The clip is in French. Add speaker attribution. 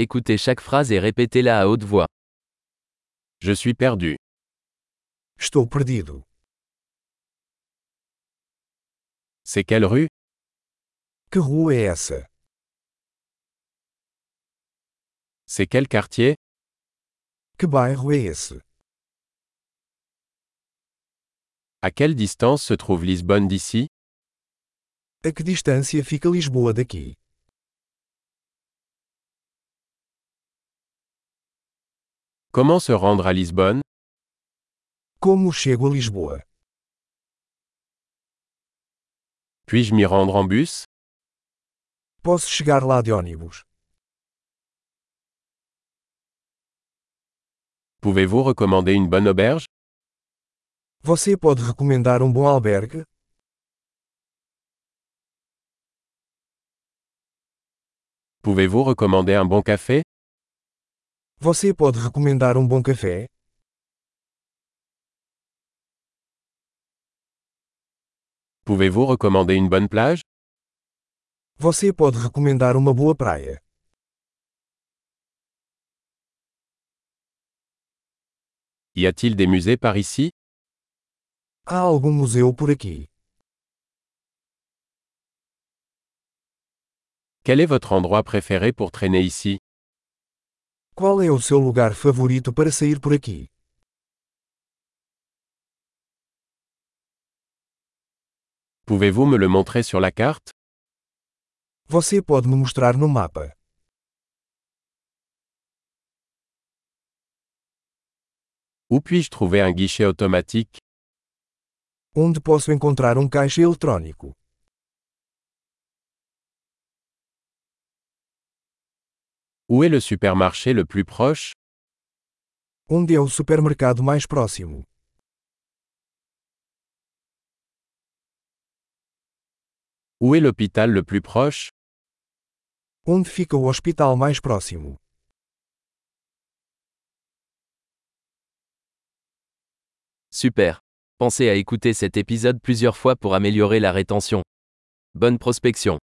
Speaker 1: Écoutez chaque phrase et répétez-la à haute voix. Je suis perdu.
Speaker 2: Estou perdido.
Speaker 1: C'est quelle rue
Speaker 2: Que rua é essa?
Speaker 1: C'est quel quartier
Speaker 2: Que bairro é esse?
Speaker 1: À quelle distance se trouve Lisbonne d'ici
Speaker 2: A que distância fica Lisboa daqui?
Speaker 1: Comment se rendre à Lisbonne
Speaker 2: Como chego a Lisboa?
Speaker 1: Puis-je m'y rendre en bus
Speaker 2: Posso chegar lá de ônibus?
Speaker 1: Pouvez-vous recommander une bonne auberge
Speaker 2: Você pode recomendar um bom albergue?
Speaker 1: Pouvez-vous recommander un bon café
Speaker 2: Você pode recomendar um bom café?
Speaker 1: Pouvez-vous recommander une bonne plage
Speaker 2: Você pode recomendar uma boa praia?
Speaker 1: Y a-t-il des musées par ici
Speaker 2: Há algum museu por aqui?
Speaker 1: Quel est votre endroit préféré pour traîner ici
Speaker 2: Qual é o seu lugar favorito para sair por aqui?
Speaker 1: Pouvez-vous me le montrer sur la carte
Speaker 2: Você pode me mostrar no mapa.
Speaker 1: Où puis-je trouver un guichet automatique
Speaker 2: Onde posso encontrar um caixa eletrônico?
Speaker 1: Où est le supermarché le plus proche
Speaker 2: Onde é o supermercado mais próximo?
Speaker 1: Où est l'hôpital le plus proche
Speaker 2: Onde fica o hospital mais próximo?
Speaker 3: Super. Pensez à écouter cet épisode plusieurs fois pour améliorer la rétention. Bonne prospection.